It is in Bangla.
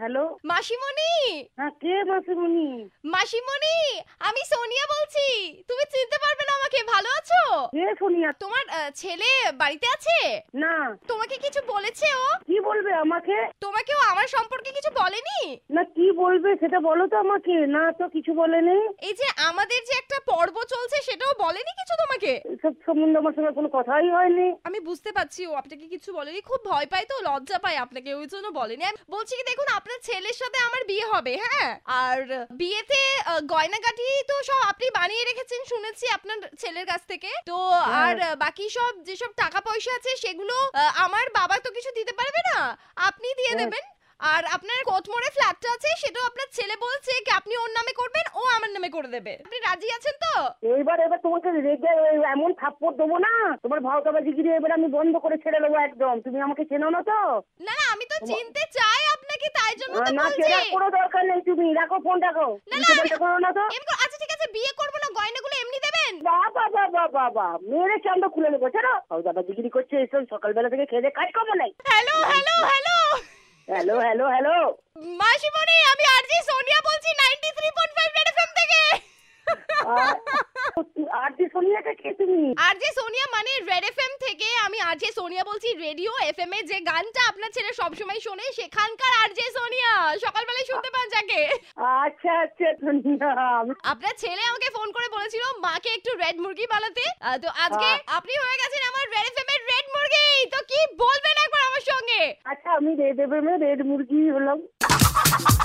হ্যাঁ, মাসিমণি মাসিমণি আমি সোনিয়া বলছি তুমি চিনতে পারবে না আমাকে ভালো আছো কে সোনিয়া তোমার আহ, ছেলে বাড়িতে আছে না তোমাকে কিছু বলেছে ও কি বলবে আমাকে তোমাকে ও আমার সম্পর্কে কিছু বলেনি না কি বলবে সেটা বলো তো আমাকে না তো কিছু বলেনি এই যে আমাদের যে একটা পর্ব চলছে সেটাও বলেনি কিছু তোমাকে এসব সম্বন্ধে আমার সঙ্গে কোনো কথাই হয়নি আমি বুঝতে পারছি ও আপনাকে কিছু বলেনি খুব ভয় পায় তো লজ্জা পায় আপনাকে ওই জন্য বলেনি আমি বলছি কি দেখুন আপনার ছেলের সাথে আমার বিয়ে হবে হ্যাঁ আর বিয়েতে আহ, গয়নাগাটি তো সব আপনি বানিয়ে রেখেছেন শুনেছি আপনার ছেলের কাছ থেকে তো হ্যাঁ। আর আহ, বাকি সব যেসব টাকা পয়সা আছে সেগুলো আহ, আমার বাবা তো কিছু দিতে পারবে না আপনি দিয়ে হ্যাঁ। দেবেন আর আপনার কোটমোড়ে ফ্ল্যাটটা আছে সেটাও আপনার ছেলে বলছে কি আপনি ওর নামে করবেন ও আমার নামে করে দেবে আপনি রাজি আছেন তো এইবার এবার তোমাকে রেগে ওই এমন থাপ্পড় দেবো না তোমার ভাওতাবাজি গিরি এবার আমি বন্ধ করে ছেড়ে দেবো একদম তুমি আমাকে চেনো না তো না না আমি তো চিনতে চাই আপনাকে তাই জন্য তো না বলছি চেনার কোনো দরকার নেই তুমি রাখো ফোন রাখো না, উল্টো আমি- পাল্টা করো না তো এমনি করে- আচ্ছা ঠিক আছে বিয়ে করবো না গয়নাগুলো এমনি দেবেন বাবা বাবা বাবা মেয়েরে চান্দ খুলে নেবো চলো ভাওতাবা জিগিরি করছে এসব সকালবেলা থেকে খেয়ে দেয়ে কাজ করবো নাই hello hello hello hello hello hello মাসিমণি আমি আরজি সোনিয়া বলছি 93.5 রেড এফএম থেকে আর যে সোনিয়াটা কে তুমি আরজি সোনিয়া মানে রেড এফএম থেকে আমি আরজি সোনিয়া বলছি রেডিও এফএম এ যে গানটা আপনার ছেলে সবসময় শোনে সেখানকার আরজি সোনিয়া সকালবেলায় শুনতে পান যাকে আচ্ছা আচ্ছা সোনিয়া আমি- আপনার ছেলে আমাকে ফোন করে বলেছিল মাকে একটু রেড মুরগি বানাতে আহ, তো আজকে হ্যাঁ। আপনি হয়ে গেছেন আমার রেড এফএম এর রেড মুরগি তো কি বলবেন একবার আমার সঙ্গে আচ্ছা আমি রেড এফএম রেড মুরগি হলাম